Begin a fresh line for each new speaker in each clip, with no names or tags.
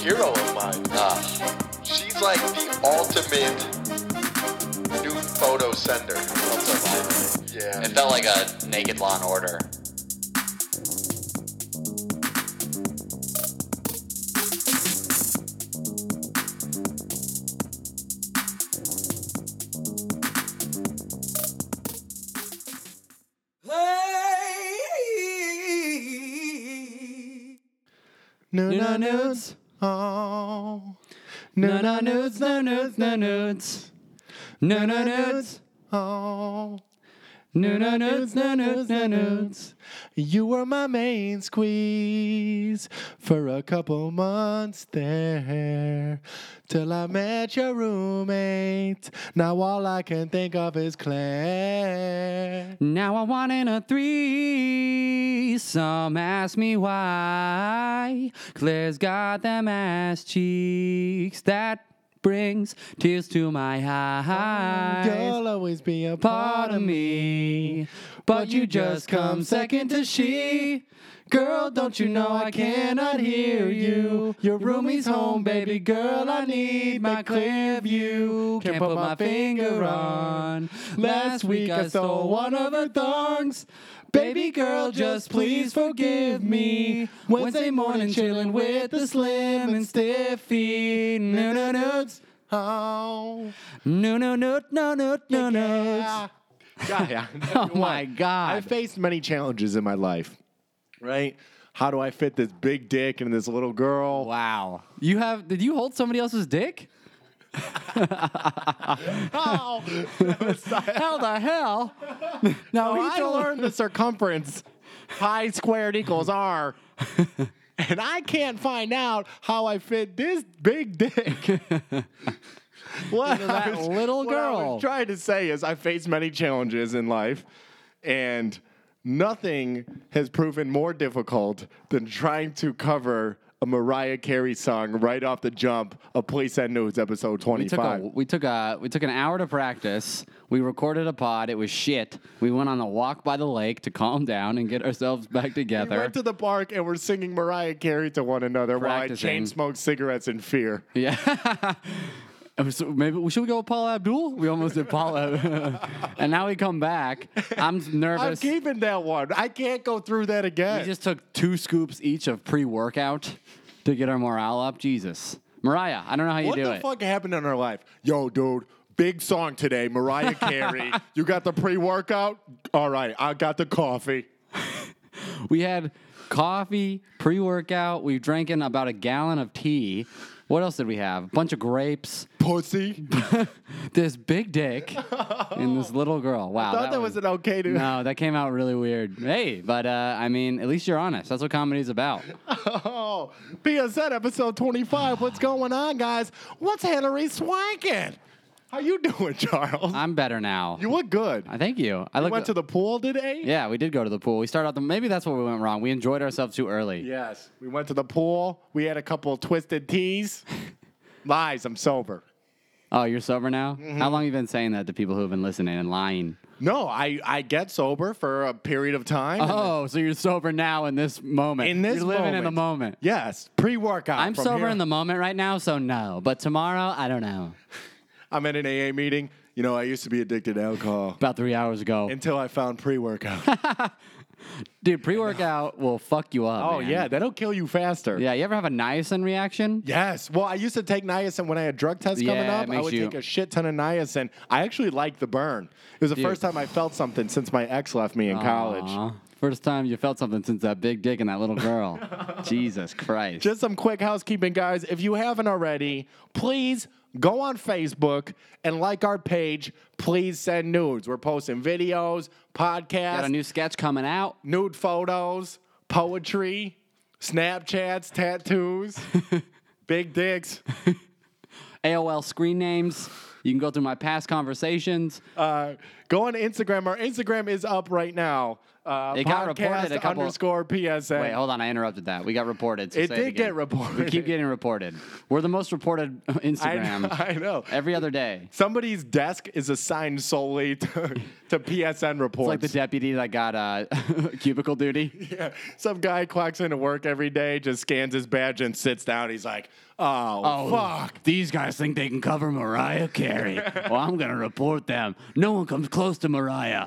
hero of mine. She's like the ultimate nude photo sender.
It
Yeah.
felt like a naked Law and Order.
Play.
No nudes.
Oh.
No no nudes. No nudes. No nudes. No no nudes.
Oh.
No no nudes. No nudes. No nudes.
You were my main squeeze for a couple months there till I met your roommate. Now all I can think of is Claire.
Now I want in a threesome. Ask me why. Claire's got them ass cheeks that brings tears to my eyes.
You'll always be a
Part of me, but you just come second to she. Girl, don't you know I cannot hear you? Your roomie's home, baby girl. I need my clear view. Can't put my finger on. Last week I stole one of her thongs. Baby girl, just please forgive me. Wednesday morning chilling with the slim and stiffy. No, no, nudes.
Oh,
No, no, no, no, no, no, no.
yeah. God, yeah.
Oh my
I
God.
faced many challenges in my life, right? How do I fit this big dick and this little girl?
Wow. You have did you hold somebody else's dick?
How?
How the hell? no, he
I
told
learned the circumference pi squared equals r. And I can't find out how I fit this big dick. what
that little
what I
girl.
was trying to say is I faced many challenges in life, and nothing has proven more difficult than trying to cover a Mariah Carey song right off the jump of Police Send News episode
we took a
25.
we took a we took an hour to practice. We recorded a pod. It was shit. We went on a walk by the lake to calm down and get ourselves back
we
together.
went to the park and we're singing Mariah Carey to one another
Practicing.
while I chain smoked cigarettes in fear.
yeah. Oh, So maybe should we go with Paul Abdul? We almost did Paul, Ab- and now we come back. I'm
I'm
nervous.
keeping that one. I can't go through that
We
again.
just took two scoops each of pre-workout to get our morale up. Jesus, Mariah, I don't know how you
what
do
the
it.
fuck happened in our life? Yo, dude, big song today, Mariah Carey. you got the pre-workout? All right, I got the coffee.
We had coffee, pre workout. We drank in about a gallon of tea. What else did we have? A bunch of grapes.
Pussy. I
This big dick and this little girl. Wow.
thought that was an okay to
No, that came out really weird. Hey, but uh, I mean, at least you're honest. That's what comedy's about.
Oh, PSN episode 25. What's going on, guys? What's Hillary swanking? How you doing, Charles?
I'm better now.
you look good.
I thank you. I
You
look.
went to the pool today?
yeah, we did go to the pool. We started out the. Maybe that's where we went wrong. We enjoyed ourselves too early.
Yes. We went to the pool. We had a couple of twisted teas. Lies, I'm sober.
Oh, you're sober now.
Mm-hmm.
How long have you been saying that to people who have been listening and lying?
No, I, I get sober for a period of time.
Oh, so you're sober now in this moment.
In this
you're living in the moment.
Yes, pre-workout.
I'm
from
sober
here.
in the moment right now, so no. But tomorrow, I don't know.
I'm at an AA meeting. You know, I used to be addicted to alcohol
About three hours ago,
until I found pre-workout.
dude, pre-workout will fuck you up.
oh
man.
yeah, that'll kill you faster.
yeah. You ever have a niacin reaction?
Yes. Well, I used to take niacin when I had drug tests coming
Yeah, it
up. I
makes
would
you-
take a shit ton of niacin. I actually liked the burn. It was the
Dude.
first time I felt something since my ex left me in college.
Aw. First time you felt something since that big dick and that little girl. Jesus Christ.
Just some quick housekeeping, guys. If you haven't already, please go on Facebook and like our page. Please send nudes. We're posting videos, podcasts,
Got a new sketch coming out.
nude photos, poetry, Snapchats, tattoos, big dicks.
AOL screen names. You can go through my past conversations.
Uh, go on Instagram. Our Instagram is up right now. Uh,
It got reported a
podcast
couple-
underscore PSA.
Wait, hold on. I interrupted that. We got reported. so
It
say
did
again.
get reported.
We keep getting reported. We're the most reported
I,
Instagram
know, I know.
every other day.
Somebody's desk is assigned solely to, to PSN
It's
reports.
like the deputy that got uh, cubicle duty.
Yeah. Some guy clocks into work every day, just scans his badge and sits down. He's like, oh, fuck.
These guys think they can cover Mariah Carey. well, I'm going to report them. No one comes close to Mariah.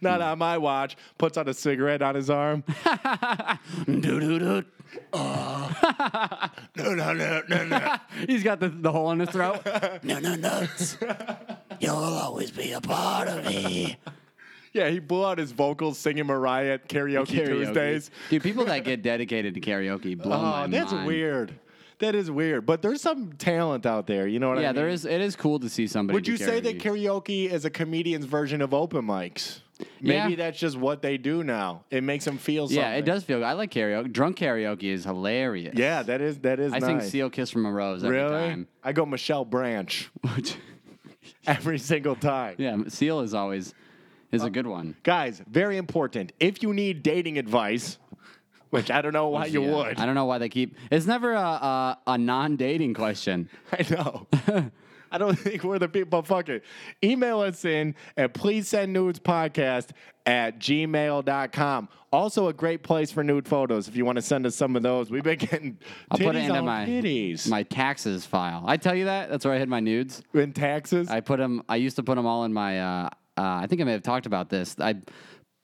Not on my watch. Puts out a cigarette on his arm.
Doo-doo-doo.
no, no, no, no, no.
He's got the, the hole in his throat.
No, no, no. You'll always be a part of me.
yeah, he blew out his vocals singing Mariah at karaoke, Tuesdays.
Dude, people that get dedicated to karaoke blow my
Oh, that's
mind.
weird. That is weird. But there's some talent out there. You know what I mean?
Yeah, there is. It is cool to see somebody.
Would
do
you say that
karaoke.
karaoke is a comedian's version of open mics? Maybe
Yeah.
that's just what they do now. It makes them feel something.
Yeah, it does feel. good. I like karaoke. Drunk karaoke is hilarious.
Yeah, that is that is
I sing
nice.
"Seal Kiss from a Rose" every
Really?
time.
I go Michelle Branch
Which-
every single time.
yeah, "Seal" is always is
Uh,
a good one.
Guys, very important. If you need dating advice, which I don't know why you
Yeah.
would.
uh, I don't know why they keep. It's never a a, a non-dating question.
I know. I don't think we're the people. Fuck it. Email us in at please send nudes podcast at gmail.com. Also, a great place for nude photos if you want to send us some of those. We've been getting
I'll
titties
put it into
on
my
titties.
my taxes file. I tell you that. That's where I hid my nudes.
in taxes.
I put them. I used to put them all in my. Uh, uh, I think I may have talked about this. I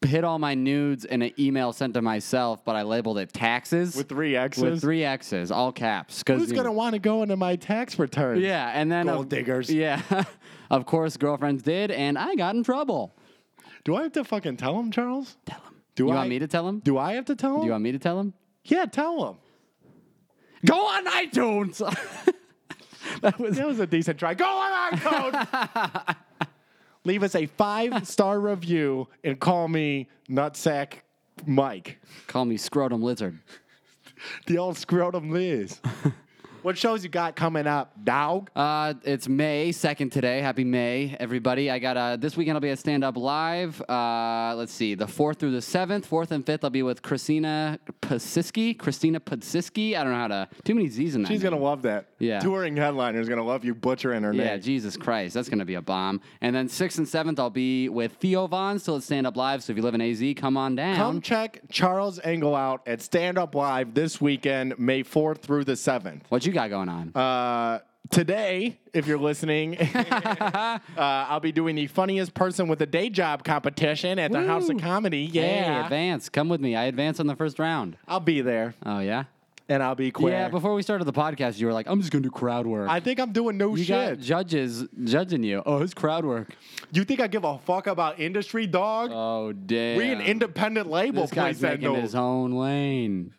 hid all my nudes in an email sent to myself, but I labeled it taxes
with three X's.
with three X's, all caps. Because
Who's going to want to go into my tax return?
Yeah, and then
Gold diggers.
Yeah, of course, girlfriends did, and I got in trouble.
Do I have to fucking tell him, Charles? Tell him. Do
you
I
want me to tell him?
Do I have to tell him?
you want me to tell him?
yeah, tell him.
Go on iTunes. that was
That was a decent try. Go on iTunes. Leave us a five star review and call me Nutsack Mike,
call me scrotum lizard.
the old scrotum Liz. what shows you got coming up, dog?
Uh, it's May second today. Happy May, everybody! I got uh, this weekend. I'll be at Stand Up Live. Uh, let's see, the fourth through the seventh, fourth and fifth. I'll be with Christina Pasiski. Christina Pasiski. I don't know how to. Too many Z's in that.
She's
name.
gonna love that.
Yeah.
Touring headliner's gonna love you butchering her
Yeah,
name.
Jesus Christ, that's gonna be a bomb. And then sixth and seventh, I'll be with Theo Vaughn still at Stand Up Live. So if you live in AZ, come on down.
Come check Charles Engel out at Stand Up Live this weekend, May 4th through the 7th.
what you got going on?
Uh, today, if you're listening, uh, I'll be doing the funniest person with a day job competition at the House of Comedy.
Hey,
Yeah,
advance. Come with me. I advance on the first round.
I'll be there
Oh yeah.
and I'll be queer.
Yeah. Before we started the podcast, you were like, "I'm just gonna do crowd work."
I think I'm doing no
you got
shit.
judges judging you. Oh, it's crowd work.
you think I give a fuck about industry, dog?
Oh damn.
we an independent label,
This
please.
guy's
That
making his own lane.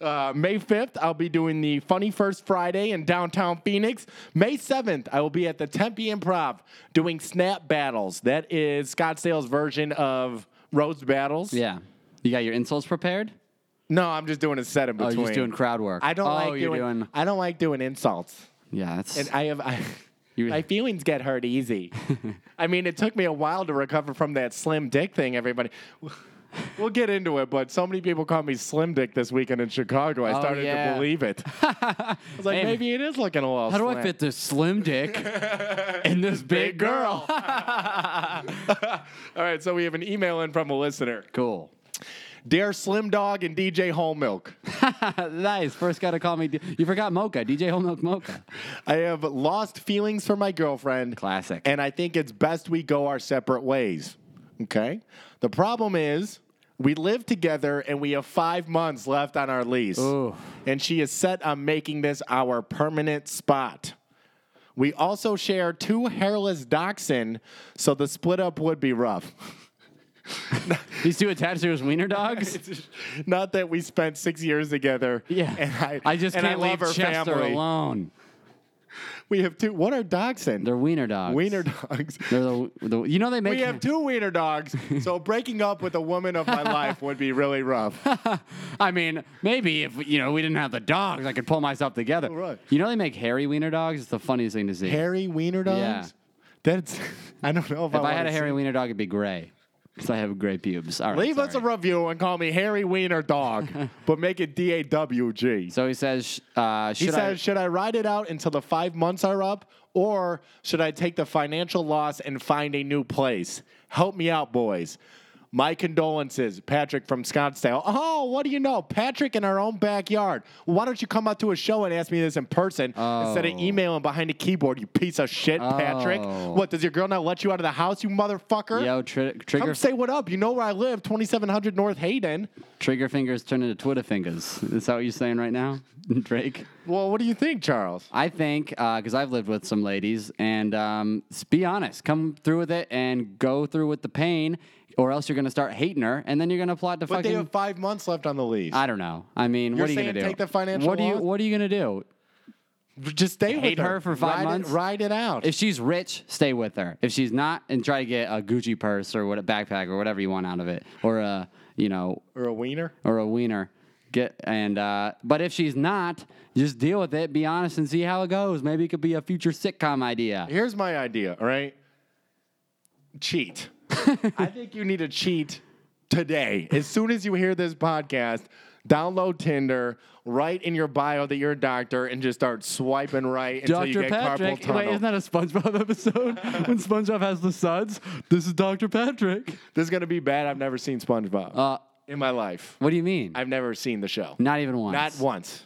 Uh, May 5th, I'll be doing the Funny First Friday in downtown Phoenix. May 7th, I will be at the Tempe Improv doing Snap Battles. That is Scottsdale's version of Roast Battles.
Yeah. You got your insults prepared?
No, I'm just doing a set in
Oh,
between.
you're just doing crowd work.
I don't
oh,
like
you're
doing, I don't like doing insults.
yeah, that's.
And I have I,
You-
my feelings get hurt easy. I mean, it took me a while to recover from that slim dick thing. Everybody, we'll get into it. But so many people called me slim dick this weekend in Chicago. I
Oh,
started
yeah.
to believe it. I was like,
Hey,
maybe it is looking a little.
How do I
slim.
fit this slim dick in this big girl?
All right, so we have an email in from a listener,
cool.
dear Slim Dog and DJ Whole Milk.
nice. First got to call me. D- you forgot Mocha. DJ Whole Milk Mocha.
I have lost feelings for my girlfriend.
Classic.
And I think it's best we go our separate ways. Okay? The problem is we live together and we have five months left on our lease.
Ooh.
And she is set on making this our permanent spot. We also share two hairless dachshund, so the split up would be rough.
These two attached to his wiener dogs.
Not that we spent six years together.
Yeah.
And I,
just
and
can't
I love
leave
her
Chester
family.
alone.
We have two. What are dachshund?
They're wiener dogs.
wiener dogs.
They're the, the you know they make
We have two wiener dogs, so breaking up with a woman of my life would be really rough.
I mean, maybe if you know we didn't have the dogs, I could pull myself together.
Oh, Right.
You know they make hairy wiener dogs. It's the funniest thing to see.
Hairy wiener dogs?
Yeah.
That's Oh, I don't know if,
if I had
wanna
a hairy
see-
wiener dog, it'd be gray. Because I have great pubes. All right,
Leave us a
sorry.
review and call me Harry Wiener Dog, but make it D A W G.
So he says, sh- uh, should
He says,
I?
should I ride it out until the five months are up, or should I take the financial loss and find a new place? Help me out, boys. My condolences, Patrick from Scottsdale. Oh, what do you know? Patrick in our own backyard. Why don't you come out to a show and ask me this in person instead of
Oh.
emailing behind a keyboard, you piece of shit, Patrick?
Oh.
What, does your girl not let you out of the house, you motherfucker?
Yo, tri-
Come
trigger
say what up. You know where I live, 2700 North Hayden.
trigger fingers turn into Twitter fingers. Is that what you're saying right now, Drake?
Well, what do you think, Charles?
I think because I've lived with some ladies, and um, s- be honest, come through with it and go through with the pain, or else you're gonna start hating her, and then you're gonna plot to
But
fucking.
they have five months left on the lease.
I don't know. I mean,
You're
what are you gonna
saying
do?
take the financial
What do you
loss?
What are you gonna do?
Just stay with
Hate
her.
her for five
Ride it-
months?
ride it out.
If she's rich, stay with her. If she's not, and try to get a Gucci purse or what a backpack or whatever you want out of it, or a you know,
or a wiener.
or a wiener. Get and uh, but if she's not, just deal with it. Be honest and see how it goes. Maybe it could be a future sitcom idea.
Here's my idea, all right? Cheat. I think you need to cheat today. As soon as you hear this podcast, download Tinder, write in your bio that you're a doctor, and just start swiping right until you
Dr.
get carpal
Patrick.
tunnel.
Wait, isn't that a SpongeBob episode? when SpongeBob has the suds, this is Dr. Patrick.
this is going to be bad. I've never seen SpongeBob
Uh,
in my life.
what do you mean?
I've never seen the show.
Not even once.
Not once.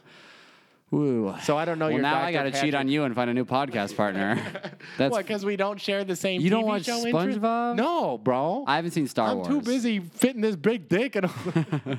Woo.
So I don't know
well,
your
now
Dr.
I got to
Patrick.
cheat on you and find a new podcast partner. That's
What? Because we don't share the same.
You
TV
don't watch
show interest?
SpongeBob?
No, bro.
I haven't seen Star
I'm
Wars.
too busy fitting this big dick in a-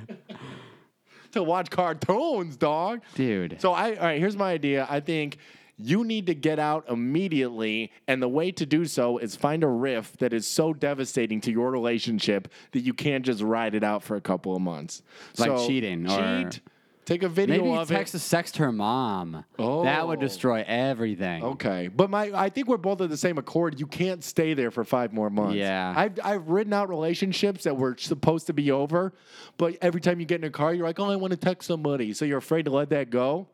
to watch cartoons, dog.
Dude.
So I all right. Here's my idea. I think. You need to get out immediately, and the way to do so is find a riff that is so devastating to your relationship that you can't just ride it out for a couple of months.
Like
So
cheating or-
cheat, take a video
Maybe
of it.
text a sext her mom. That would
Oh.
destroy everything.
Okay, but my I think we're both of the same accord. You can't stay there for five more months.
Yeah.
I've I've ridden out relationships that were supposed to be over, but every time you get in a car, you're like, oh, I want to text somebody, so you're afraid to let that go,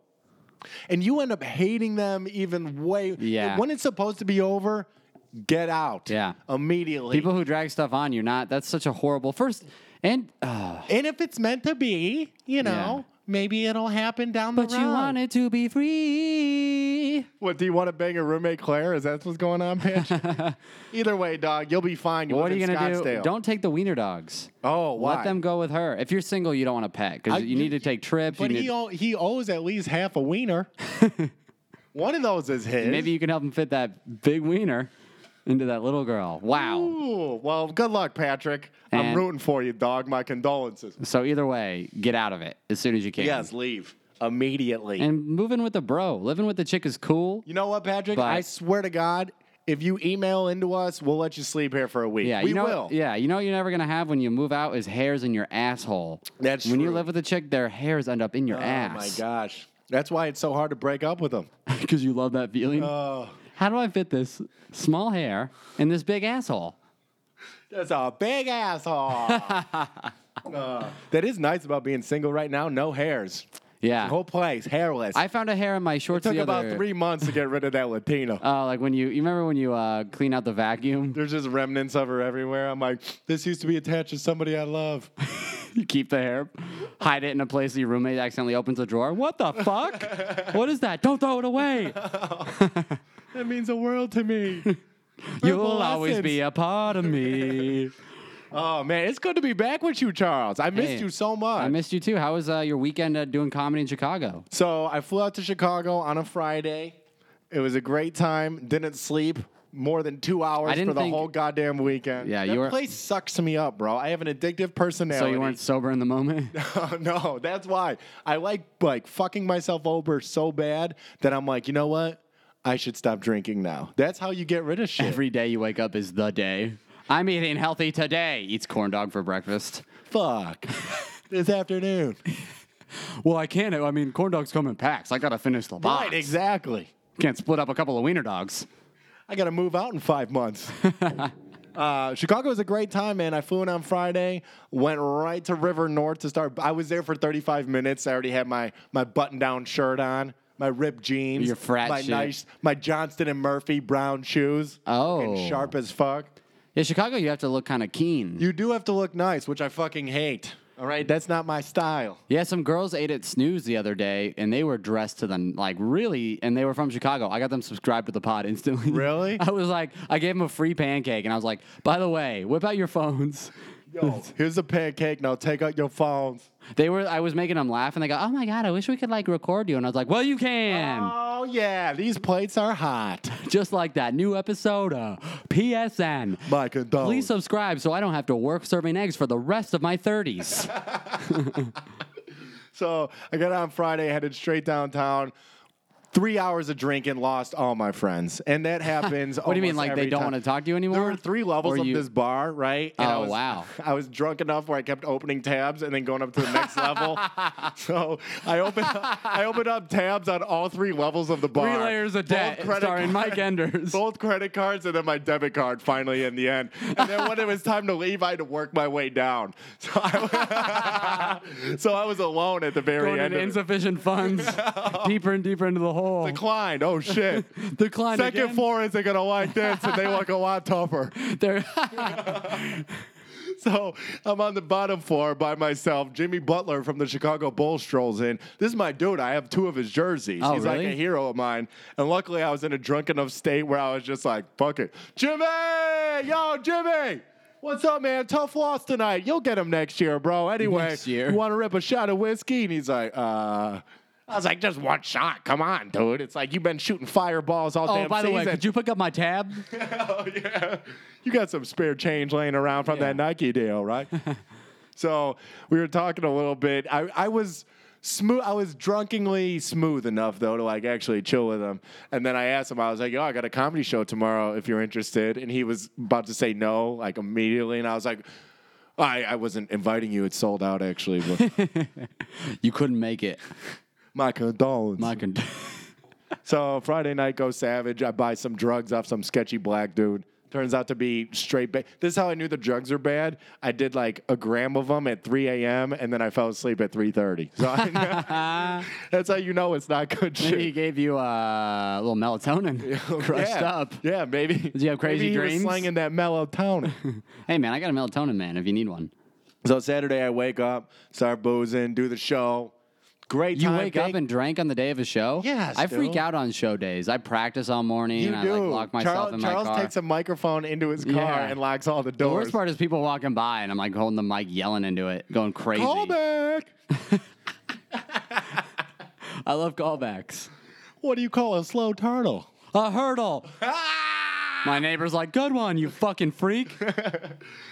and you end up hating them even way.
Yeah.
when it's supposed to be over, get out.
Yeah.
immediately.
People who drag stuff on you, not that's such a horrible first and uh,
and if it's meant to be, you know, maybe it'll happen down
but
the
you
road.
wanted to be free.
What do you want to bang your roommate Claire? Is that what's going on, Pitch? Either way, dog, you'll be fine. You
What are
live
you
in
gonna do?
Scottsdale.
Don't take the wiener dogs.
Oh, why?
Let them go with her. If you're single, you don't want to pet
I-
because you need to take trips.
But
you
he
need,
owe, he owes at least half a wiener. One of those is his.
maybe you can help him fit that big wiener into that little girl. Wow.
Ooh, well, good luck, Patrick. I'm
And-
rooting for you, dog. My condolences.
So either way, get out of it as soon as you can.
Yes, leave immediately.
And moving with the bro, living with the chick is cool.
you know what, Patrick?
But-
I swear to God, if you email into us, we'll let you sleep here for a week.
Yeah,
we
you know,
will.
Yeah, you know what you're never gonna have when you move out is hairs in your asshole.
That's
when you
true.
live with a chick, their hairs end up in your
Oh my
ass.
gosh, that's why it's so hard to break up with them.
god, because you love that feeling.
Oh.
How do I fit this small hair in this big asshole?
That's a big asshole. Uh, that is nice about being single right now. No hairs.
Yeah,
Whole place hairless.
Ah. I found a hair in my shorts.
took
the
about
other-
three months to get rid of that Latina.
Oh, like when you you remember when you uh, clean out the vacuum,
There's just remnants of her everywhere. I'm like, this used to be attached to somebody I love.
you keep the hair, hide it in a place that your roommate accidentally opens a drawer. What the fuck? what is that? Don't throw it away.
That means the world to me.
You'll always be a part of me.
Oh man, it's good to be back with you, Charles. I missed
Hey,
you so much.
I missed you too. How was uh, your weekend uh, doing comedy in Chicago?
So I flew out to Chicago on a Friday. It was a great time. Didn't sleep more than two hours
I didn't
for the
think-
whole goddamn weekend.
Yeah,
that
you were-
place sucks me up, bro. I have an addictive personality. Oh,
So you weren't sober in the moment.
no, that's why I like like fucking myself over so bad that I'm like, you know what? I should stop drinking now. That's how you get rid of shit.
Every day you wake up is the day. I'm eating healthy today. Eats corn dog for breakfast.
Fuck. this afternoon.
Well, I can't. I mean, corn dogs come in packs. I gotta finish the box.
Right, exactly.
Can't split up a couple of wiener dogs.
I got to move out in five months. uh, Chicago was a great time, man. I flew in on Friday, went right to River North to start. I was there for 35 minutes. I already had my my button down shirt on, my ripped jeans,
Your frat
my
shit.
nice, my Johnston and Murphy brown shoes.
Oh.
Fucking sharp as fuck.
Yeah, Chicago, you have to look kind of keen.
You do have to look nice, which I fucking hate. All right, that's not my style.
yeah, some girls ate at Snooze the other day, and they were dressed to the like really, and they were from Chicago. I got them subscribed to the pod instantly.
Really?
I was like, I gave them a free pancake, and I was like, by the way, whip out your phones.
Yo, here's a pancake. Now take out your phones.
They were. I was making them laugh, and they go, "Oh my god, I wish we could like record you." And I was like, "Well, you can."
Oh yeah, these plates are hot.
Just like that new episode of PSN.
My condolences.
Please subscribe so I don't have to work serving eggs for the rest of my 30s.
So I got on Friday, headed straight downtown. Three hours of drinking, lost all my friends, and that happens.
What do you mean,
almost
like they
every
don't
time.
wanna talk to you anymore?
There were three levels
Or
of
you-
this bar, right? I
Oh,
was,
wow.
I was drunk enough where I kept opening tabs and then going up to the next level. So I opened, up, I opened up tabs on all three levels of the bar.
Three layers of
Both
debt
credit
starring
card-
Mike Enders.
both credit cards and then my debit card finally in the end. And then when it was time to leave, I had to work my way down. So I, so I was alone at the very
Going
end.
into
of it.
insufficient funds, deeper and deeper into the hole.
Declined. Oh shit.
Decline
Second
again.
floor isn't gonna like this, and they look a lot tougher.
They're-
So I'm on the bottom floor by myself. Jimmy Butler from the Chicago Bulls strolls in. This is my dude. I have two of his jerseys.
Oh,
He's like
really?
a hero of mine. And luckily, I was in a drunk enough state where I was just like, "Fuck it, Jimmy, yo, Jimmy." What's up, man? Tough loss tonight. You'll get him next year, bro. Anyway,
Next year.
you want to rip a shot of whiskey? And he's like, uh, I was like, just one shot. Come on, dude. It's like you've been shooting fireballs all
oh,
damn
by the way,
season.
could you pick up my tab?
Oh yeah, you got some spare change laying around from that
Yeah.
Nike deal, right? so we were talking a little bit. I, I was smooth. I was drunkenly smooth enough though to like actually chill with him. And then I asked him. I was like, "Yo, I got a comedy show tomorrow. If you're interested." And he was about to say no, like immediately. And I was like. I, I wasn't inviting you. It's sold out, actually. But
You couldn't make it.
my condolences.
My con-
So Friday night go savage. I buy some drugs off some sketchy black dude. Turns out to be straight. Ba- this is how I knew the drugs are bad. I did like a gram of them at 3 a.m. and then I fell asleep at 3:30. So I- that's how you know it's not good shit.
Maybe he gave you uh, a little melatonin crushed
yeah.
up.
Yeah, maybe. Did
you have crazy
maybe he was
dreams?
slinging that melatonin.
Hey, man, I got a melatonin, man, if you need one.
so Saturday I wake up, start boozing, do the show. Great
You
time.
wake
big-
up and drank on the day of a show?
Yes,
I freak
dude.
out on show days. I practice all morning
you
and
do.
I like lock myself
Charles,
in my
Charles
car.
takes a microphone into his car
Yeah.
and locks all the
the
doors.
worst part is people walking by and I'm like holding the mic, yelling into it, going crazy.
Call back.
I love callbacks.
What do you call a slow turtle?
A hurdle. My neighbor's like, good one, you fucking freak.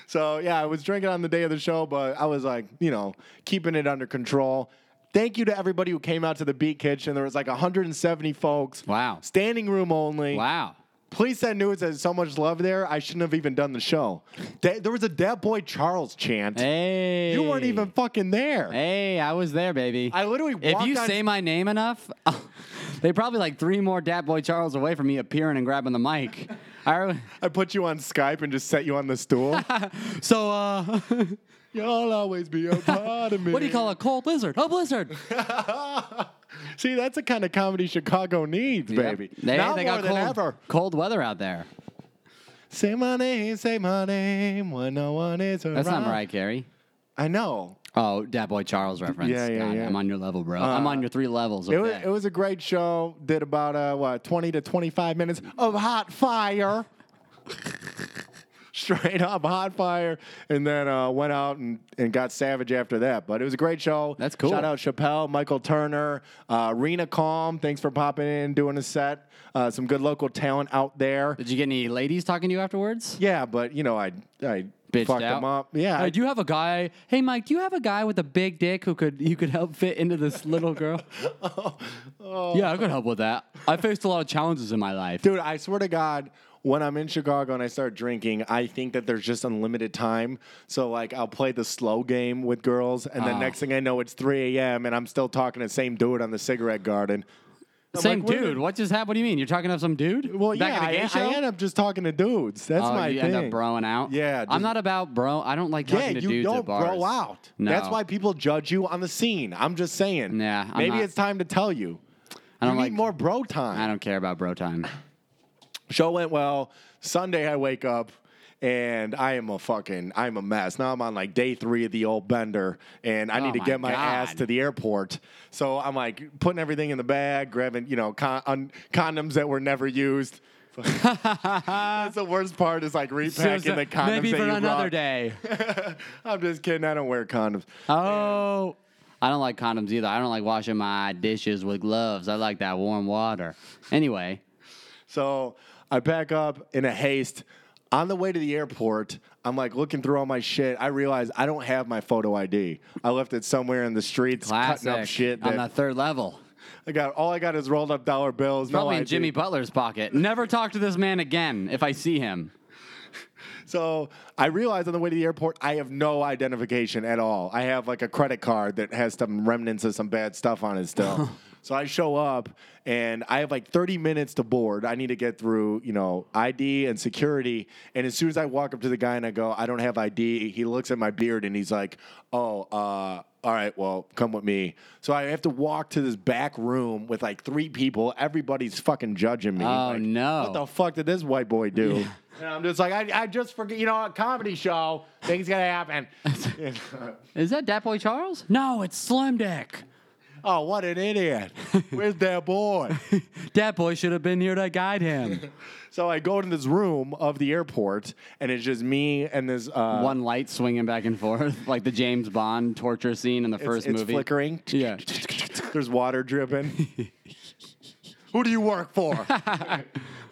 So yeah, I was drinking on the day of the show, but I was like, you know, keeping it under control. Thank you to everybody who came out to the Beat Kitchen. There was like 170 folks.
Wow.
Standing room only.
Wow.
Please send news. There's so much love there. I shouldn't have even done the show. Da- there was a Dead Boy Charles chant.
Hey.
You weren't even fucking there.
Hey, I was there, baby.
I literally
if
walked
you
on-
say my name enough, they probably like three more Dat Boy Charles away from me appearing and grabbing the mic. I, re-
I put you on Skype and just set you on the stool.
so, uh,
You'll always be a part of me.
what do you call a cold lizard? A blizzard.
See, that's the kind of comedy Chicago needs, baby.
They,
now
they
more
got
than
cold,
ever.
cold weather out there.
Say my name, say my name when no one is around.
That's not Mariah Carey.
I know.
Oh, Dat Boy Charles reference.
Yeah, yeah, yeah. Uh,
I'm on your level, bro. I'm on your three levels.
It
Okay.
was, it was a great show. Did about uh, what 20 to 25 minutes of hot fire. Straight up hot fire, and then uh, went out and, and got savage after that. But it was a great show.
That's cool.
Shout out Chappelle, Michael Turner, uh, Rena Calm. Thanks for popping in, doing a set. Uh, some good local talent out there.
Did you get any ladies talking to you afterwards?
Yeah, but you know I I
Bitched
fucked
out.
them up. Yeah,
Hey, do you have a guy? Hey, Mike, do you have a guy with a big dick who could you could help fit into this little girl?
Oh,
Yeah, I could help with that. I faced a lot of challenges in my life.
Dude, I swear to God, when I'm in Chicago and I start drinking, I think that there's just unlimited time. So like, I'll play the slow game with girls, and then
Ah.
next thing I know, it's 3 a.m. and I'm still talking to the same dude on the cigarette garden. I'm
Same
like, wait a
dude.
minute.
What just happened? What do you mean? You're talking up some dude?
Well,
Back
yeah,
at a gay
I,
show?
I end up just talking to dudes. That's
Oh,
my
you
thing.
end up broing out.
Yeah,
I'm
just-
not about bro. I don't like
Yeah,
talking to
you
dudes
don't
at bars.
grow out.
No.
That's why people judge you on the scene. I'm just saying.
Nah, I'm
Maybe
not-
it's time to tell you.
I
You
don't
need
like
more bro time.
I don't care about bro time.
Show went well. Sunday, I wake up and I am a fucking I'm a mess. Now I'm on like day three of the old bender, and I
Oh
need to
my
get my ass
God.
to the airport. So I'm like putting everything in the bag, grabbing you know con- un- condoms that were never used. That's the worst part is like repacking the condoms
Maybe
that
for
you
another
brought.
day.
I'm just kidding. I don't wear condoms.
Oh. I don't like condoms either. I don't like washing my dishes with gloves. I like that warm water. Anyway,
So I pack up in a haste. On the way to the airport, I'm like looking through all my shit. I realize I don't have my photo ID. I left it somewhere in the streets,
classic.
cutting up shit.
on the
that-
third level.
I got all I got is rolled up dollar bills. no
Probably in
ID.
Jimmy Butler's pocket. Never talk to this man again if I see him.
So I realized on the way to the airport, I have no identification at all. I have like a credit card that has some remnants of some bad stuff on it still. so I show up and I have like 30 minutes to board. I need to get through, you know, ID and security. And as soon as I walk up to the guy and I go, I don't have ID, he looks at my beard and he's like, oh, uh, all right, well, come with me. So I have to walk to this back room with like three people. Everybody's fucking judging me.
Oh,
like,
no.
What the fuck did this white boy do? And I'm just like, I, I just forget, you know, a comedy show, things gonna happen.
Is that Dat Boy Charles? No, it's Slim Dick.
oh, what an idiot. Where's that boy?
Dat Boy should have been here to guide him.
so I go to this room of the airport, and it's just me and this uh,
One light swinging back and forth, like the James Bond torture scene in the
it's,
first
it's
movie.
flickering.
Yeah.
There's water dripping. Who do you work for?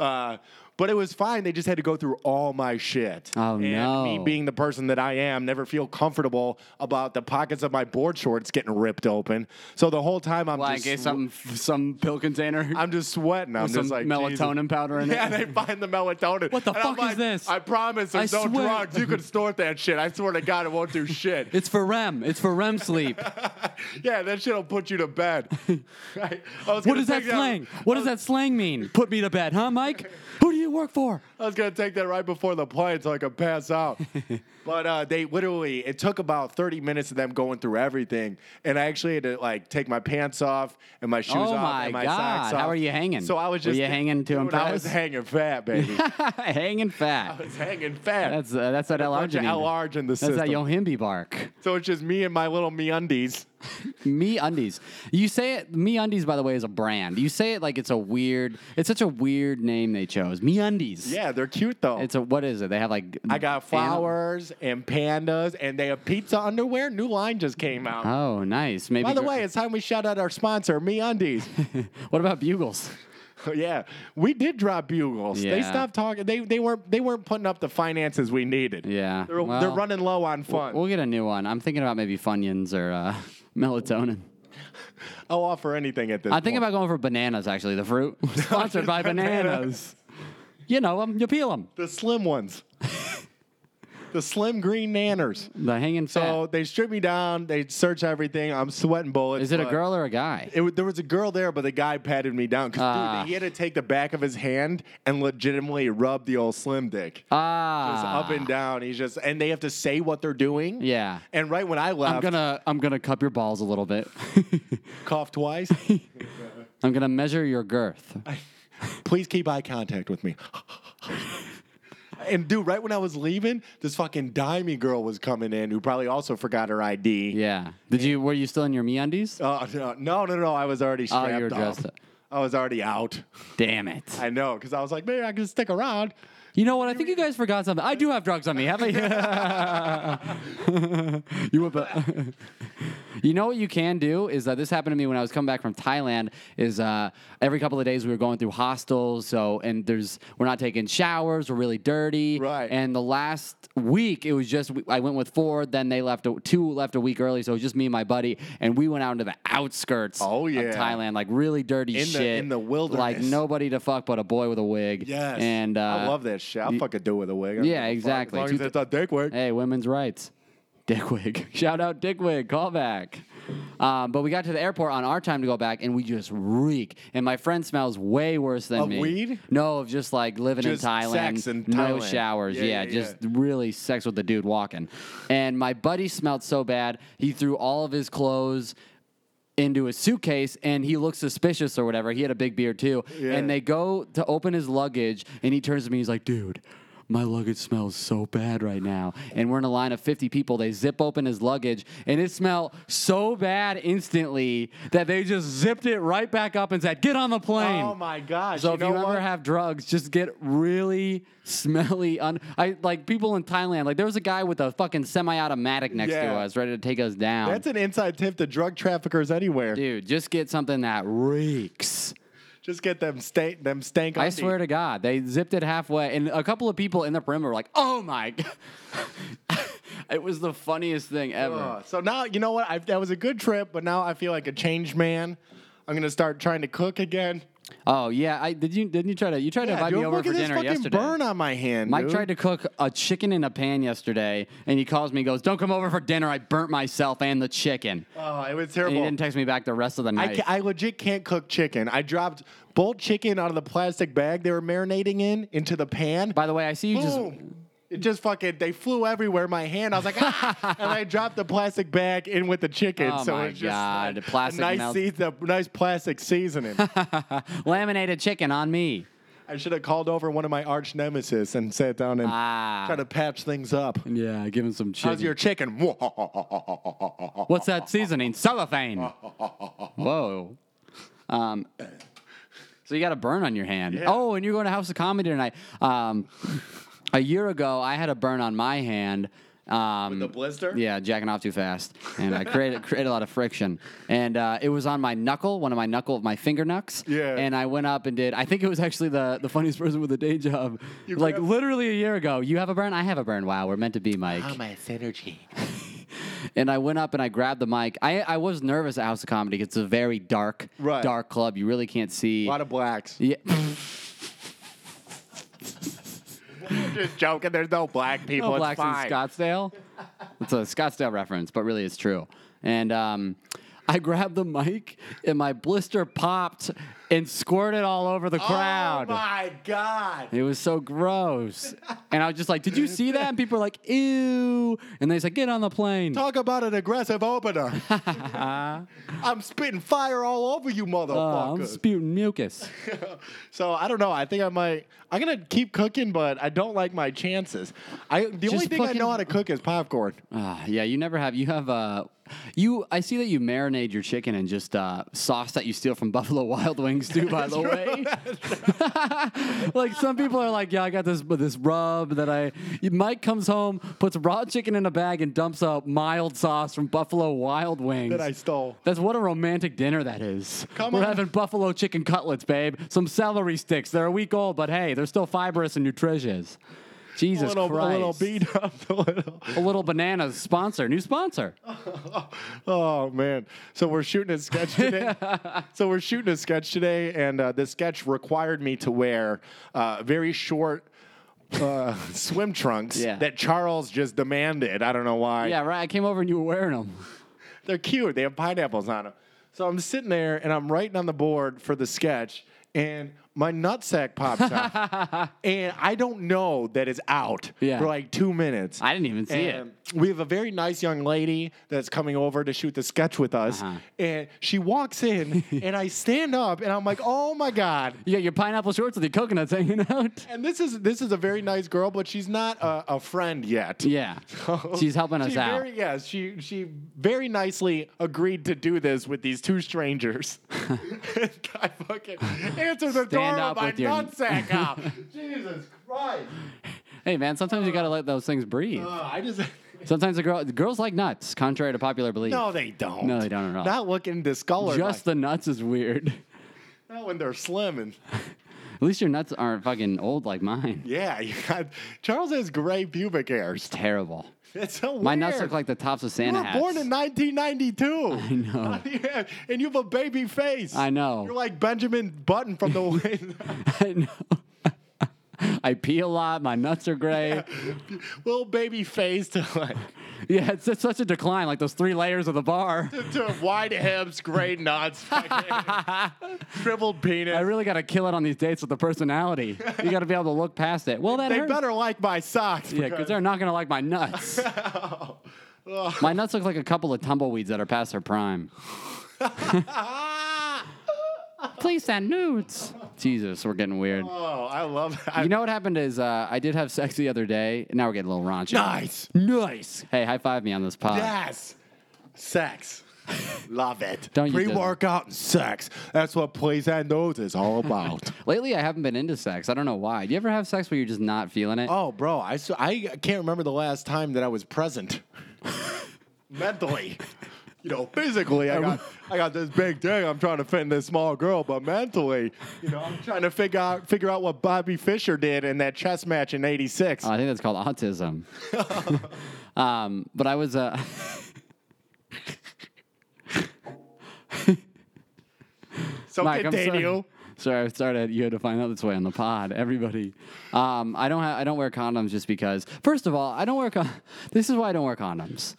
uh, but it was fine. They just had to go through all my shit.
Oh,
and Me
no.
being the person that I am, never feel comfortable about the pockets of my board shorts getting ripped open. So the whole time I'm
Like
just
some some pill container
I'm just sweating. I'm
with
just
some
like
melatonin
Jesus.
powder in it.
Yeah, they find the melatonin.
What the
And I'm
fuck is
like,
this?
I promise there's
I
no
swear-
drugs. You can snort that shit. I swear to God, it won't do shit.
It's for REM. It's for REM sleep.
Yeah, that shit'll put you to bed. I, I
what
was gonna
is that
take
slang? What does that slang mean? Put me to bed, huh, Mike? Who do you work for?
I was gonna take that right before the plane so I could pass out. but uh, they literally, it took about 30 minutes of them going through everything, and I actually had to like take my pants off and my shoes
Oh
off
my
and my
God,
socks off.
how are you hanging?
So I was
Were
just
you hanging to
Dude, I
impress?
was hanging fat, baby. I
Hanging fat.
was hanging fat.
That's uh, that's that
a bunch of
L
large in the
That's that
system.
Yohimbi bark.
so it's just me and my little meundies.
Me undies. You say it. Me undies, by the way, is a brand. You say it like it's a weird. It's such a weird name they chose. Me undies.
Yeah, they're cute though.
It's a what is it? They have like.
I got flowers and pandas, and they have pizza underwear. New line just came out.
Oh, nice. Maybe.
By the
gr-
way, it's time we shout out our sponsor, Me Undies.
what about bugles?
yeah, we did drop bugles. They
Yeah.
stopped talking. They they weren't they weren't putting up the finances we needed.
Yeah,
they're, they're
well,
running low on fun.
We'll get a new one. I'm thinking about maybe Funyuns or uh, melatonin.
I'll offer anything at this.
I think
point.
about going for bananas. Actually, the fruit sponsored by bananas. You know 'em, You peel them.
the slim ones, the slim green nanners.
The hanging fat.
So they strip me down. They search everything. I'm sweating bullets.
is it a
but-
girl or a guy?
It, wa- there was a girl there, but the guy patted me down because
Ah.
dude, he had to take the back of his hand and legitimately rub the old slim dick.
ah,
Just up and down. He's just, and they have to say what they're doing.
Yeah.
And right when I left,
I'm gonna I'm gonna cup your balls a little bit.
cough twice.
I'm gonna measure your girth.
Please keep eye contact with me. and dude, right when I was leaving, this fucking dimey girl was coming in who probably also forgot her ID.
Yeah. Did you were you still in your MeUndies?
Oh no, no, no, no! I was already
Oh,
strapped
you were dressed
up.
up.
I was already out.
Damn it.
I know, because I was like, maybe I can stick around.
You know what? I think you guys forgot something. I do have drugs on me, have I? you whip a- You know what you can do is uh, this happened to me when I was coming back from Thailand. Is uh, every couple of days we were going through hostels, so and there's we're not taking showers, we're really dirty,
Right.
And the last week it was just I went with four, then they left a, two left a week early, so it was just me and my buddy, and we went out into the outskirts
Oh, yeah.
of Thailand, like really dirty
In the-
shit
in the
like
wilderness.
nobody to fuck but a boy with a wig.
Yes.
and uh,
I love that shit. I'll
y-
fucking do it with a wig. I don't
Yeah,
give a fuck,
exactly.
As long
Two
as it's a dick wig.
Hey, women's rights. Dickwig. Shout out Dickwig. Call back. Um, but we got to the airport on our time to go back, and we just reek. And my friend smells way worse than
Of
me.
weed?
No, of just like living
Just
in Thailand,
sex in
no
Thailand.
showers.
Yeah,
Yeah,
yeah,
just
yeah.
really sex with the dude walking. And my buddy smelled so bad, he threw all of his clothes into his suitcase and he looked suspicious or whatever. He had a big beard too.
Yeah.
And they go to open his luggage and he turns to me, he's like, dude, my luggage smells so bad right now. And we're in a line of 50 people. They zip open his luggage, and it smelled so bad instantly that they just zipped it right back up and said, Get on the plane.
Oh my gosh.
So
you
if
know
you ever
what?
have drugs, just get really smelly. Un- I like people in Thailand. Like there was a guy with a fucking semi-automatic next to
Yeah.
us, ready to take us down.
That's an inside tip to drug traffickers anywhere.
Dude, just get something that reeks.
Just get them stank them stank
I swear to God, they zipped it halfway, and a couple of people in the perimeter were like, "Oh my!" God. it was the funniest thing ever.
Oh, So now you know what? I, that was a good trip, but now I feel like a changed man. I'm gonna start trying to cook again.
Oh yeah, I did you didn't you try to you tried to invite
dude,
me over
look
for
at this
dinner
fucking
yesterday.
burn on my hand.
Mike
dude.
tried to cook a chicken in a pan yesterday, and he calls me, and goes, "Don't come over for dinner. I burnt myself and the chicken."
Oh, it was
And he
terrible.
didn't text me back the rest of the
I,
night.
ca- I legit can't cook chicken. I dropped bolt chicken out of the plastic bag they were marinating in into the pan.
By the way, I see you just.
Boom. It just fucking they flew everywhere. My hand, I was like, ah! and I dropped the plastic bag in with the chicken.
Oh
so
my
it's just
God,
like
plastic
a nice,
melt-
sea- the nice plastic seasoning.
Laminated chicken on me.
I should have called over one of my arch nemesis and sat down and
Ah.
try to patch things up.
Yeah, give him some chicken.
How's your chicken?
What's that seasoning? Cellophane. Whoa. Um, so you got a burn on your hand. Oh, and you're going to House of Comedy tonight. Um, a year ago, I had a burn on my hand. Um,
the blister?
Yeah, jacking off too fast, and I created created a lot of friction, and uh, it was on my knuckle, one of my knuckle, my finger knucks.
Yeah.
And I went up and did. I think it was actually the the funniest person with a day job. like
grabbed-
literally a year ago, you have a burn, I have a burn. Wow, we're meant to be, Mike
my synergy.
and I went up and I grabbed the mic. I, I was nervous at House of Comedy. 'cause It's a very dark,
Right.
dark club. You really can't see.
A lot of blacks.
yeah.
just joking. There's no black people.
No
it's
blacks
fine.
in Scottsdale. It's a Scottsdale reference, but really it's true. And um, I grabbed the mic and my blister popped and squirted all over the crowd.
Oh my god.
It was so gross. and I was just like, Did you see that? And people were like, Ew. And they said, Get on the plane.
Talk about an aggressive opener. I'm spitting fire all over you,
Uh, Uh-huh. I'm
motherfucker.
spewing mucus.
so I don't know. I think I might. I'm gonna keep cooking, but I don't like my chances. I the only
Just
thing I
fucking-
know how to cook is popcorn.
Ah, yeah, you never have. You have uh, you. I see that you marinate your chicken in just uh, sauce that you steal from Buffalo Wild Wings too. By the way, like some people are like, yeah, I got this this rub that I. Mike comes home, puts raw chicken in a bag, and dumps a mild sauce from Buffalo Wild Wings.
That I stole.
That's what a romantic dinner that is.
Come
We're
on.
having buffalo chicken cutlets, babe. Some celery sticks. They're a week old, but hey, they're still fibrous and nutritious. Jesus
a little,
Christ
a little beat up. A little.
a little bananas sponsor, new sponsor.
Oh man! So we're shooting a sketch today. so we're shooting a sketch today, and uh, the sketch required me to wear uh, very short uh, swim trunks
Yeah.
that Charles just demanded. I don't know why.
Yeah, right. I came over and you were wearing them.
They're cute. They have pineapples on them. So I'm sitting there and I'm writing on the board for the sketch, and my nutsack pops out, and I don't know that it's out
Yeah.
for like two minutes.
I didn't even see it.
And we have a very nice young lady that's coming over to shoot the sketch with us.
Uh-huh.
And she walks in, and I stand up, and I'm like, oh my God.
You got your pineapple shorts with your coconuts hanging out.
And this is this is a very nice girl, but she's not a, a friend yet.
Yeah, she's helping us
She
out.
Very, yes, she she very nicely agreed to do this with these two strangers. I fucking answered the door
Stand up
with my
with your-
nutsack out. Jesus Christ!
hey, man, sometimes you gotta let those things breathe.
Uh, I just
Sometimes the girl, the girls like nuts, contrary to popular belief.
no, they don't.
No, they don't at all.
Not looking discolored.
Just the nuts is weird.
like, not when they're slim and
At least your nuts aren't fucking old like mine.
yeah. You got, Charles has gray pubic hairs.
Terrible.
That's so weird.
My nuts look like the tops of
you
Santa
were
hats.
born in 1992.
I know.
and you have a baby face.
I know.
You're like Benjamin Button from the way.
I know. I pee a lot. My nuts are gray.
little baby face to like
Yeah, it's, it's such a decline. Like those three layers of the bar.
to wide hips, gray nuts, fucking shriveled penis.
I really got to kill it on these dates with the personality. You got to be able to look past it. Well, that
they
hurt.
better like my socks.
Yeah, because they're not gonna like my nuts.
Oh.
my nuts look like a couple of tumbleweeds that are past their prime. Please send nudes. Jesus, we're getting weird.
Oh, I love that.
You know what happened is uh, I did have sex the other day. and Now we're getting a little raunchy.
nice.
Nice. Hey, high five me on this pod.
Yes. Sex. Love it.
Don't you just-
Pre-workout and sex. That's what Please and Those is all about.
Lately, I haven't been into sex. I don't know why. Do you ever have sex where you're just not feeling it?
oh, bro, I, s- I can't remember the last time that I was present. mentally. You know, physically, I got, I got this big dick. I'm trying to fit in this small girl, but mentally, you know, I'm trying to figure out figure out what Bobby Fischer did in that chess match in '86.
Oh, I think that's called autism. um, but I was. Uh,
so
Mike, I'm
continue.
sorry. Sorry, I started. You had to find out this way on the pod. Everybody, um, I don't. Ha- I don't wear condoms just because. First of all, I don't wear. Con- this is why I don't wear condoms.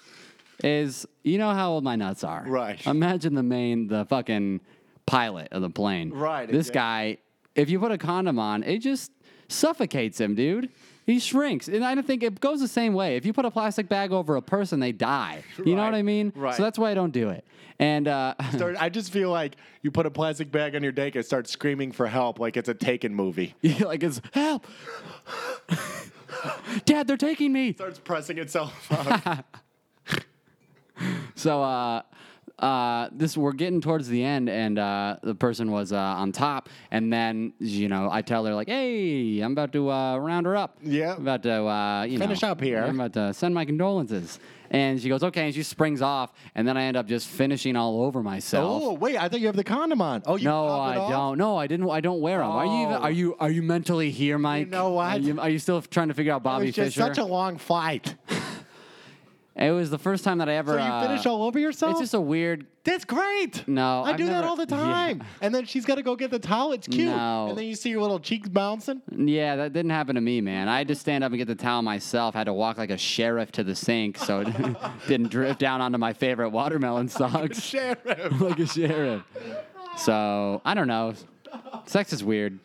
Is you know how old my nuts are?
Right.
Imagine the main, the fucking pilot of the plane.
Right,
This
exactly.
guy, if you put a condom on, it just suffocates him, dude. He shrinks, and I don't think it goes the same way. If you put a plastic bag over a person, they die. You know
Right,
what I mean?
right.
So that's why I don't do it. And uh,
Start- I just feel like you put a plastic bag on your dick and start screaming for help, like it's a Taken movie.
like it's help, Dad, they're taking me.
starts pressing itself up.
So uh, uh, this we're getting towards the end, and uh, the person was uh, on top, and then you know I tell her like, "Hey, I'm about to uh, round her up.
Yeah.
I'm about to uh, you
Finish
know,
up here.
I'm about to send my condolences." And she goes, "Okay," and she springs off, and then I end up just finishing all over myself.
oh wait, I thought you have the condom on. Oh, you
No,
pop it
I
off?
don't. No, I didn't. I don't wear them. Are you? Even,
Oh.
are you? Are you mentally here, Mike?
know what?
Are you, are you still trying to figure out
It
Bobby
was just
Fisher?
such a long fight.
it was the first time that I ever.
So
uh,
you finish all over yourself?
It's just a weird
That's great.
No,
I
I've
do that
never-
all the
Yeah.
time. And then she's got to go get the towel. It's cute.
No.
And then you see your little cheeks bouncing.
Yeah, that didn't happen to me, man. I had to stand up and get the towel myself. had to walk like a sheriff to the sink so it didn't drift down onto my favorite watermelon socks
Sheriff.
like a sheriff. So I don't know. Sex is weird.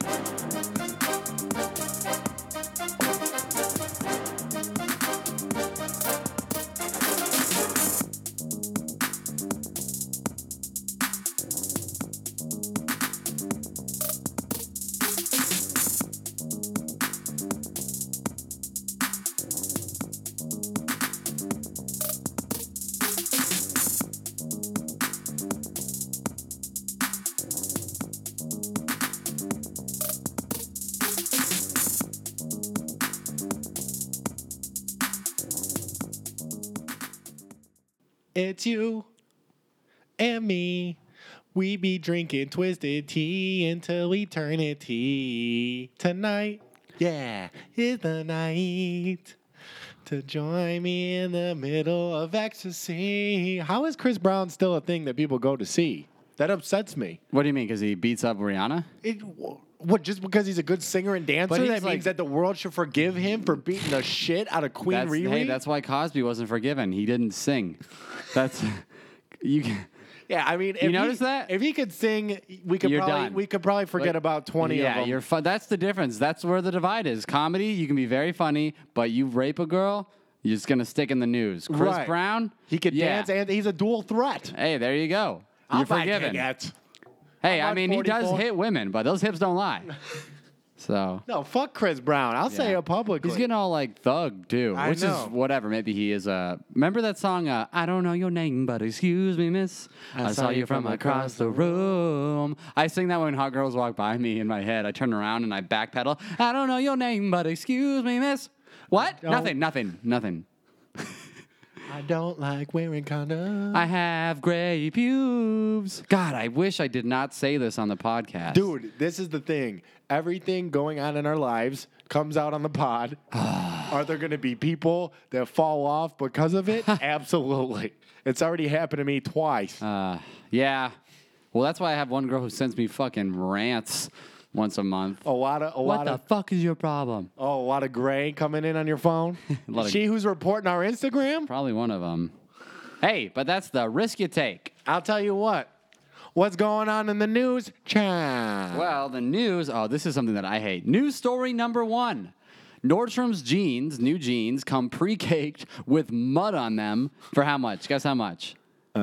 It's you and me. We be drinking twisted tea until eternity. Tonight, yeah, is the night to join me in the middle of ecstasy. How is Chris Brown still a thing that people go to see? That upsets me.
What do you mean? Because he beats up Rihanna?
It, what, just because he's a good singer and dancer,
But he's
that
like-
means that the world should forgive him for beating the shit out of Queen
That's,
Riri?
hey, that's why Cosby wasn't forgiven. He didn't sing. That's you. can-
Yeah, I mean, if he-
notice that?
if he could sing, we could
You're
probably
done.
we could probably forget
Like,
about twenty
yeah,
of them.
you're fu- that's the difference. That's where the divide is. Comedy, you can be very funny, but you rape a girl, you're just gonna stick in the news. Chris
Right.
Brown,
he could
yeah.
dance, and he's a dual threat. Oh
Hey, there you go. You're
I'll buy
forgiven.
tickets.
Hey,
I'm
I
on
mean, he does
44.
hit women, but those hips don't lie. So
No, fuck Chris Brown. I'll say
yeah.
it publicly.
He's getting all like thug too,
I
which
know.
is whatever. Maybe he is a. Remember that song? Uh, I don't know your name, but excuse me, miss. I, saw, you from across the room. I sing that when hot girls walk by me in my head. I turn around and I backpedal. I don't know your name, but excuse me, miss. What?
don't-
Nothing. Nothing. Nothing.
I don't like wearing condoms.
I have gray pubes. God, I wish I did not say this on the podcast,
Dude, this is the thing. Everything going on in our lives comes out on the pod. Are there going to be people that fall off because of it? Absolutely. It's already happened to me twice.
Uh, yeah. Well, that's why I have one girl who sends me fucking rants once a month.
a lot of a
what
lot
the
of
fuck is your problem?
Oh, a lot of gray coming in on your phone.
lot of-
she who's reporting our Instagram?
Probably one of them. Hey, but that's the risk you take.
I'll tell you what. What's going on in the news? Cha.
Well, the news. Oh, this is something that I hate. News story number one. Nordstrom's jeans, new jeans, come pre-caked with mud on them for how much? Guess how much?
Uh,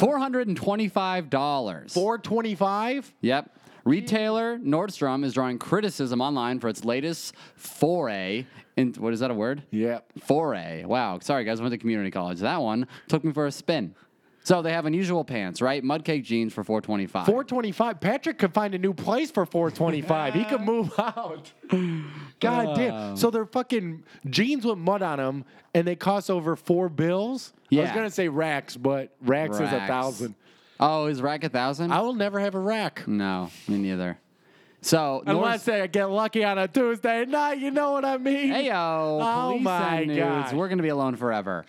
$425.
425?
Yep. Retailer Nordstrom is drawing criticism online for its latest foray in what is that a word?
Yep.
Foray. Wow. Sorry, guys. I went to community college. That one took me for a spin. So they have unusual pants, right? Mudcake jeans for 425.
425. Patrick could find a new place for 425. he could move out. God damn. So they're fucking jeans with mud on them and they cost over four bills. I was
Yeah.
going to say racks, but racks, is a
Racks.
thousand.
Oh, is rack a thousand?
I will never have a rack.
no, me neither. So
Unless
Nordst-
I get lucky on a Tuesday night, you know what I mean?
Hey yo,
Oh
police
my
and nudes.
God.
We're gonna be alone forever.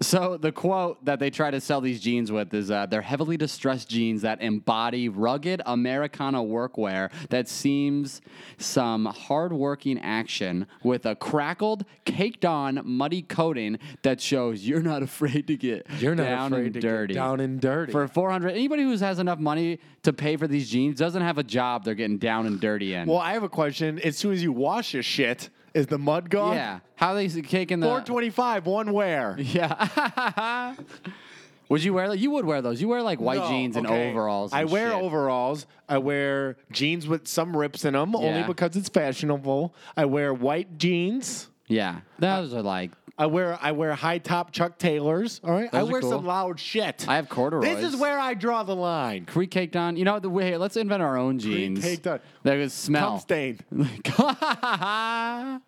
So the quote that they try to sell these jeans with is uh, they're heavily distressed jeans that embody rugged Americana workwear that seems some hardworking action with a crackled, caked on, muddy coating that shows you're not afraid to get
You're not
down
afraid
and
to get
dirty.
down and dirty.
For 400 anybody who has enough money to pay for these jeans doesn't have a job they're getting down and dirty in.
Well, I have a question. As soon as you wash your shit, is the mud gone?
yeah. How they taking the
425, one wear.
Yeah. would you wear those? You would wear those. You wear like white
No,
jeans and
okay.
overalls.
I
and
wear
shit.
overalls. I wear jeans with some rips in them only
Yeah.
because it's fashionable. I wear white jeans.
Yeah, those are like.
I wear I wear high top Chuck Taylors. All right, I
Those are
wear some
cool.
loud shit.
I have corduroys.
This is where I draw the line.
Pre caked on, you know the way. Let's invent our own jeans.
Pre-caked on.
There is
Cum
smell.
stain.
Come.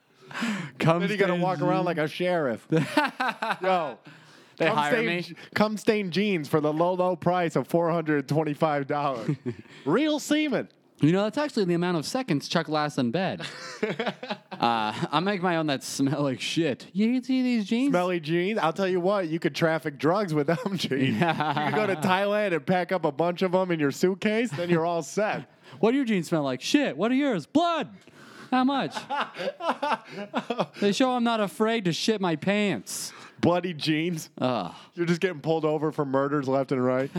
Then you gotta walk around like a sheriff. Yo.
They
cum
hire
stained,
me.
cum stained jeans for the low, low price of $425. Real semen.
You know that's actually the amount of seconds Chuck lasts in bed. uh, I make my own that smell like shit. You can see these jeans.
Smelly jeans. I'll tell you what, you could traffic drugs with them jeans. You could go to Thailand and pack up a bunch of them in your suitcase, then you're all set.
What do your jeans smell like? Shit. What are yours? Blood. How much? they show I'm not afraid to shit my pants.
Bloody jeans.
Ugh.
You're just getting pulled over for murders left and right.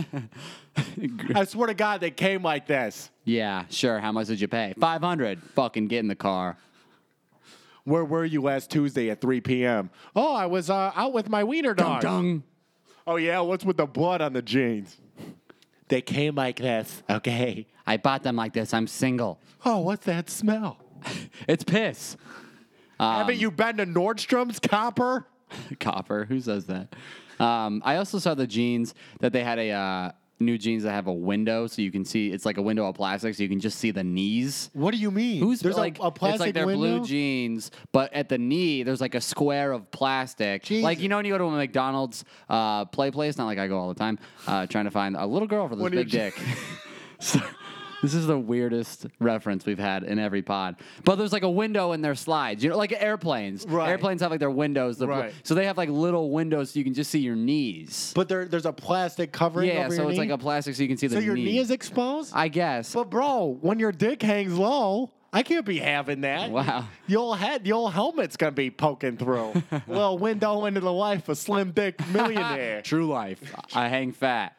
I swear to God, they came like this.
yeah, sure. How much did you pay? 500. Fucking get in the car.
Where were you last Tuesday at 3 p.m.? Oh, I was uh, out with my wiener dog.
Dung.
Oh, yeah, what's with the blood on the jeans? They came like this, okay?
I bought them like this. I'm single.
Oh, what's that smell?
It's piss. Um,
Haven't you been to Nordstrom's, copper?
Copper. Who says that? Um, I also saw the jeans that they had a uh, new jeans that have a window so you can see it's like a window of plastic so you can just see the knees.
What do you mean?
Who's
There's
like
a, a plastic
it's like their
window?
blue jeans, but at the knee there's like a square of plastic. Like you know when you go to a McDonald's uh, play place, not like I go all the time, uh, trying to find a little girl for this
What
big
did you-
dick. so, this is the weirdest reference we've had in every pod. But there's like a window in their slides, you know, like airplanes.
Right.
Airplanes have like their windows, the bl-
Right.
so they have like little windows so you can just see your knees.
But there, there's a plastic covering
yeah,
over
so
your
it's
knee.
like a plastic so you can see
so
the
your knee is exposed.
I guess.
but bro, when your dick hangs low, I can't be having that.
Wow.
The old head, the old helmet's gonna be poking through. Little window into the life of slim dick millionaire,
True life. I hang fat.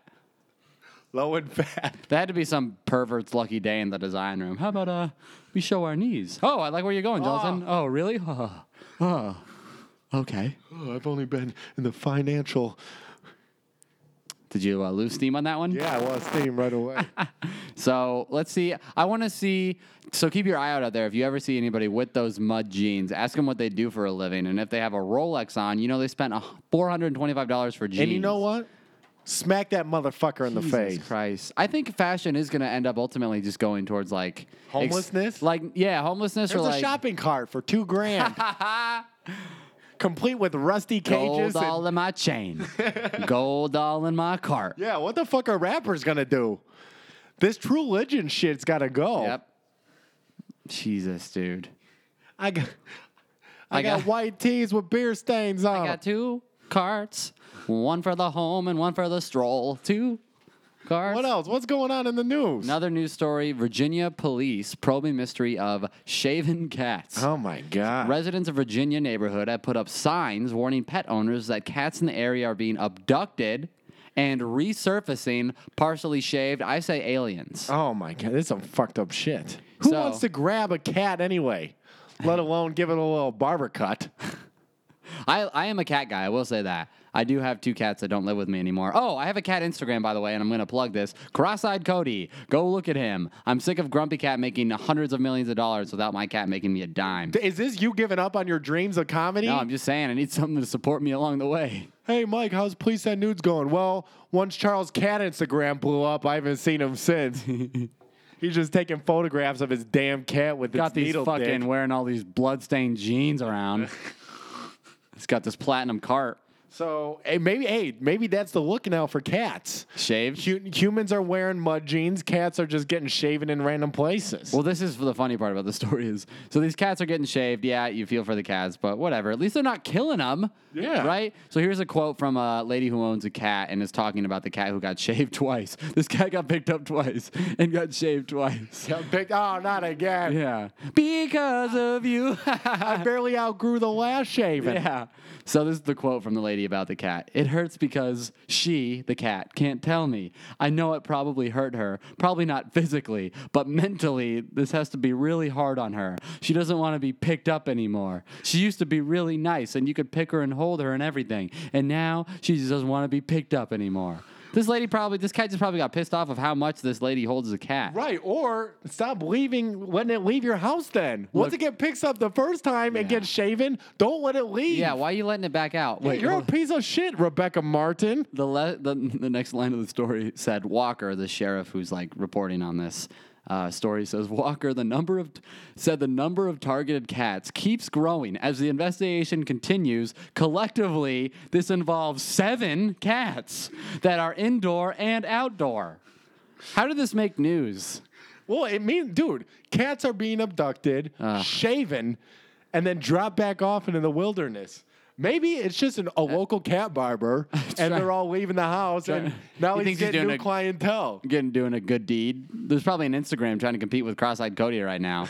low and fat.
That had to be some pervert's lucky day in the design room. How about uh, we show our knees? Oh, I like where you're going,
Ah.
Jonathan. Oh, really? Oh, oh. okay.
Oh, I've only been in the financial.
Did you uh, lose steam on that one?
Yeah, I lost steam right away.
So let's see. I want to see. So keep your eye out out there. If you ever see anybody with those mud jeans, ask them what they do for a living, and if they have a Rolex on, you know they spent a four hundred and twenty-five dollars for jeans.
and you know what? Smack that motherfucker in the
Jesus
face.
Christ. I think fashion is going to end up ultimately just going towards like ex-
Homelessness?
like yeah, homelessness
There's
or
a
like
shopping cart for two grand. Complete with rusty cages.
Gold
and-
all in my chain. Gold all in my cart.
Yeah, what the fuck are rappers gonna do? This true religion shit's gotta go.
Yep. Oh. Jesus, dude.
I got, I,
I
got,
got-
white tees with beer stains on.
I
'em.
got two carts. One for the home and one for the stroll. Two carts.
What else? What's going on in the news?
Another news story Virginia police probing mystery of shaven cats.
Oh my god.
Residents of Virginia neighborhood have put up signs warning pet owners that cats in the area are being abducted and resurfacing partially shaved. I say aliens.
oh my god, this is some fucked up shit. Who
So-
wants to grab a cat anyway? Let alone give it a little barber cut.
I, I am a cat guy. I will say that. I do have two cats that don't live with me anymore. Oh, I have a cat Instagram, by the way, and I'm going to plug this. Cross-eyed Cody. Go look at him. I'm sick of Grumpy Cat making hundreds of millions of dollars without my cat making me a dime.
Is this you giving up on your dreams of comedy?
No, I'm just saying, I need something to support me along the way.
hey, Mike, how's Please Send Nudes going? Well, once Charles' cat Instagram blew up, I haven't seen him since. He's just taking photographs of his damn cat with
Got
its
these
needle
fucking
dick.
wearing all these bloodstained jeans around. it's got this platinum cart
So hey, maybe hey, maybe that's the look now for cats.
shaved.
Hu- humans are wearing mud jeans. Cats are just getting shaven in random places.
Well, this is the funny part about the story is so these cats are getting shaved. Yeah, you feel for the cats, but whatever. At least they're not killing them.
Yeah.
Right? So here's a quote from a lady who owns a cat and is talking about the cat who got shaved twice. This cat got picked up twice and got shaved twice.
Yeah, big- oh, not again!
Yeah. Because of you.
I barely outgrew the last shaving.
Yeah. So this is the quote from the lady about the cat. It hurts because she, the cat, can't tell me. I know it probably hurt her, probably not physically, but mentally this has to be really hard on her. She doesn't want to be picked up anymore. She used to be really nice and you could pick her and hold her and everything. And now she just doesn't want to be picked up anymore. This lady probably this cat just probably got pissed off of how much this lady holds the cat.
Right, or stop leaving, letting it leave your house then. Once
Look-
it gets picked up the first time and
Yeah.
gets shaven, don't let it leave.
Yeah, why are you letting it back out? Wait,
You're a
hold-
piece of shit, Rebecca Martin.
the, le- the the next line of the story said Walker, the sheriff who's like reporting on this uh, story, says Walker, the number of said the number of targeted cats keeps growing as the investigation continues. Collectively, this involves seven cats that are indoor and outdoor. How did this make news?
Well, it means, dude, cats are being abducted,
Uh.
shaven, and then dropped back off into the wilderness. Maybe it's just an, a local cat barber, and
right.
they're all leaving the house, and now
He
he's
thinks he's
getting new
doing a-
clientele.
Getting doing a good deed. There's probably an Instagram trying to compete with Cross-eyed Cody right now.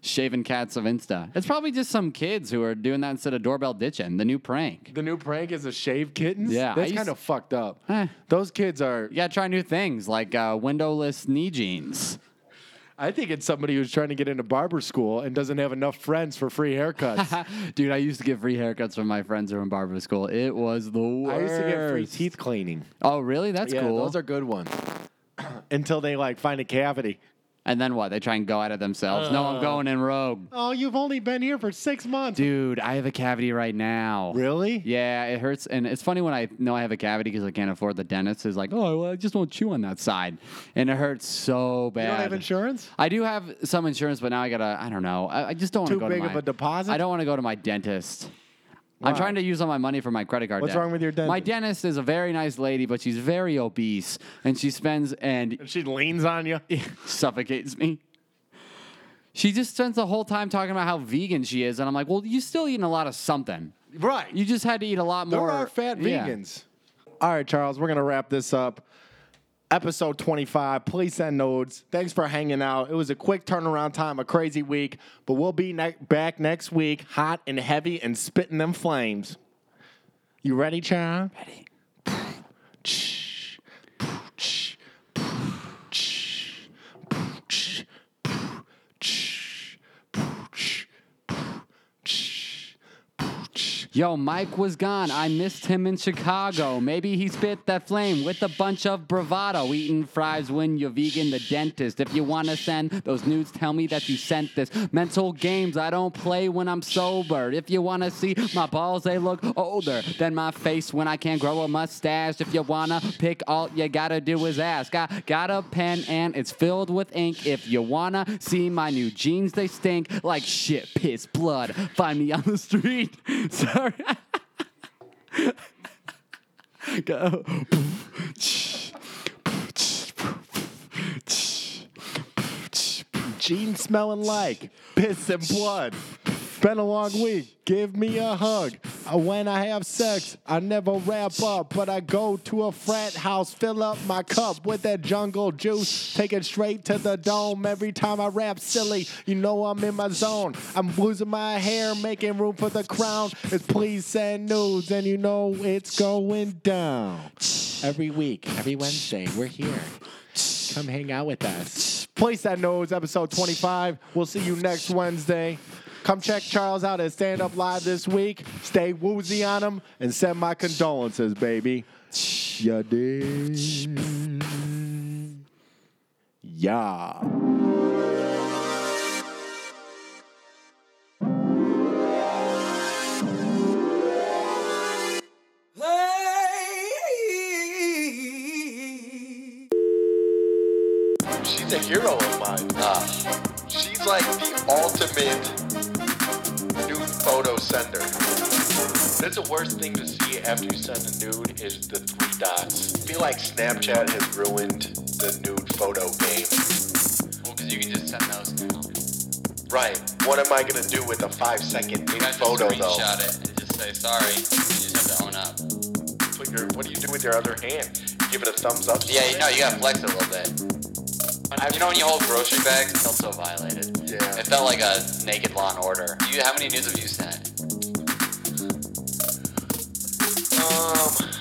Shaving cats of Insta. It's probably just some kids who are doing that instead of doorbell ditching. The new prank.
The new prank is to shave kittens.
Yeah, I
that's
used-
kind of fucked up.
Eh.
Those kids are.
You gotta try new things like uh, windowless knee jeans.
I think it's somebody who's trying to get into barber school and doesn't have enough friends for free haircuts.
Dude, I used to get free haircuts from my friends who were in barber school. It was the
I
worst.
used to get free teeth cleaning.
Oh, really? That's
yeah,
cool.
those are good ones. Until they like find a cavity.
and then what? They try and go at it themselves. no, I'm going in rogue.
Oh, you've only been here for six months.
Dude, I have a cavity right now.
Really?
Yeah, it hurts. And it's funny when I know I have a cavity because I can't afford the dentist. Is like, oh, well, I just won't chew on that side. And it hurts so bad.
You don't have insurance?
I do have some insurance, but now I gotta. I don't know. I, I just don't want to
Too
go to
big of
my-
a deposit?
I don't want to go to my dentist. I'm
Wow.
trying to use all my money for my credit card.
What's
debt.
wrong with your
My
dentist?
dentist is a very nice lady, but she's very obese, and she spends and
She leans on you.
suffocates me. She just spends the whole time talking about how vegan she is, and I'm like, well, you still eating a lot of something.
Right.
You just had to eat a lot
there
more.
are fat
Yeah.
vegans. All right, Charles, we're going to wrap this up. Episode 25, please send nodes. Thanks for hanging out. It was a quick turnaround time, a crazy week, but we'll be ne- back next week, hot and heavy and spitting them flames. You ready, Charles? Ready.
Yo, Mike was gone. I missed him in Chicago. Maybe he spit that flame with a bunch of bravado. Eating fries when you're vegan, the dentist. If you wanna send those nudes, tell me that you sent this. Mental games I don't play when I'm sober. If you wanna see my balls, they look older than my face when I can't grow a mustache. If you wanna pick all you gotta do is ask. I got a pen and it's filled with ink. If you wanna see my new jeans, they stink like shit, piss, blood. Find me on the street. Sorry. Go.
Jeans smelling like piss and blood. Been a long week. Give me a hug. Uh, When I have sex, I never wrap up, but I go to a frat house, fill up my cup with that jungle juice, take it straight to the dome. Every time I rap silly, you know I'm in my zone. I'm losing my hair, making room for the crown. It's please send nudes, and you know it's going down every week, every Wednesday. We're here. Come hang out with us. Place that nose, episode 25. We'll see you next Wednesday. Come check Charles out at Stand Up Live this week. Stay woozy on him and send my condolences, baby. Ya did. Yeah.
Hey.
She's a hero of mine. Uh, she's like the ultimate nude photo sender. That's the worst thing to see after you send a nude is the three dots. I feel like Snapchat has ruined the nude photo game.
Well, because you can just send those now.
Right. What am I gonna do with a five second nude
You have to
photo though?
screenshot it and just say sorry. You just have to own up.
Put your, what do you do with your other hand? Give it a thumbs up.
Yeah, you know, you gotta flex it a little bit. When, you know when you hold grocery bags, it felt so violated.
Yeah.
It felt like a naked Law and Order. You, how many news have you sent?
Um,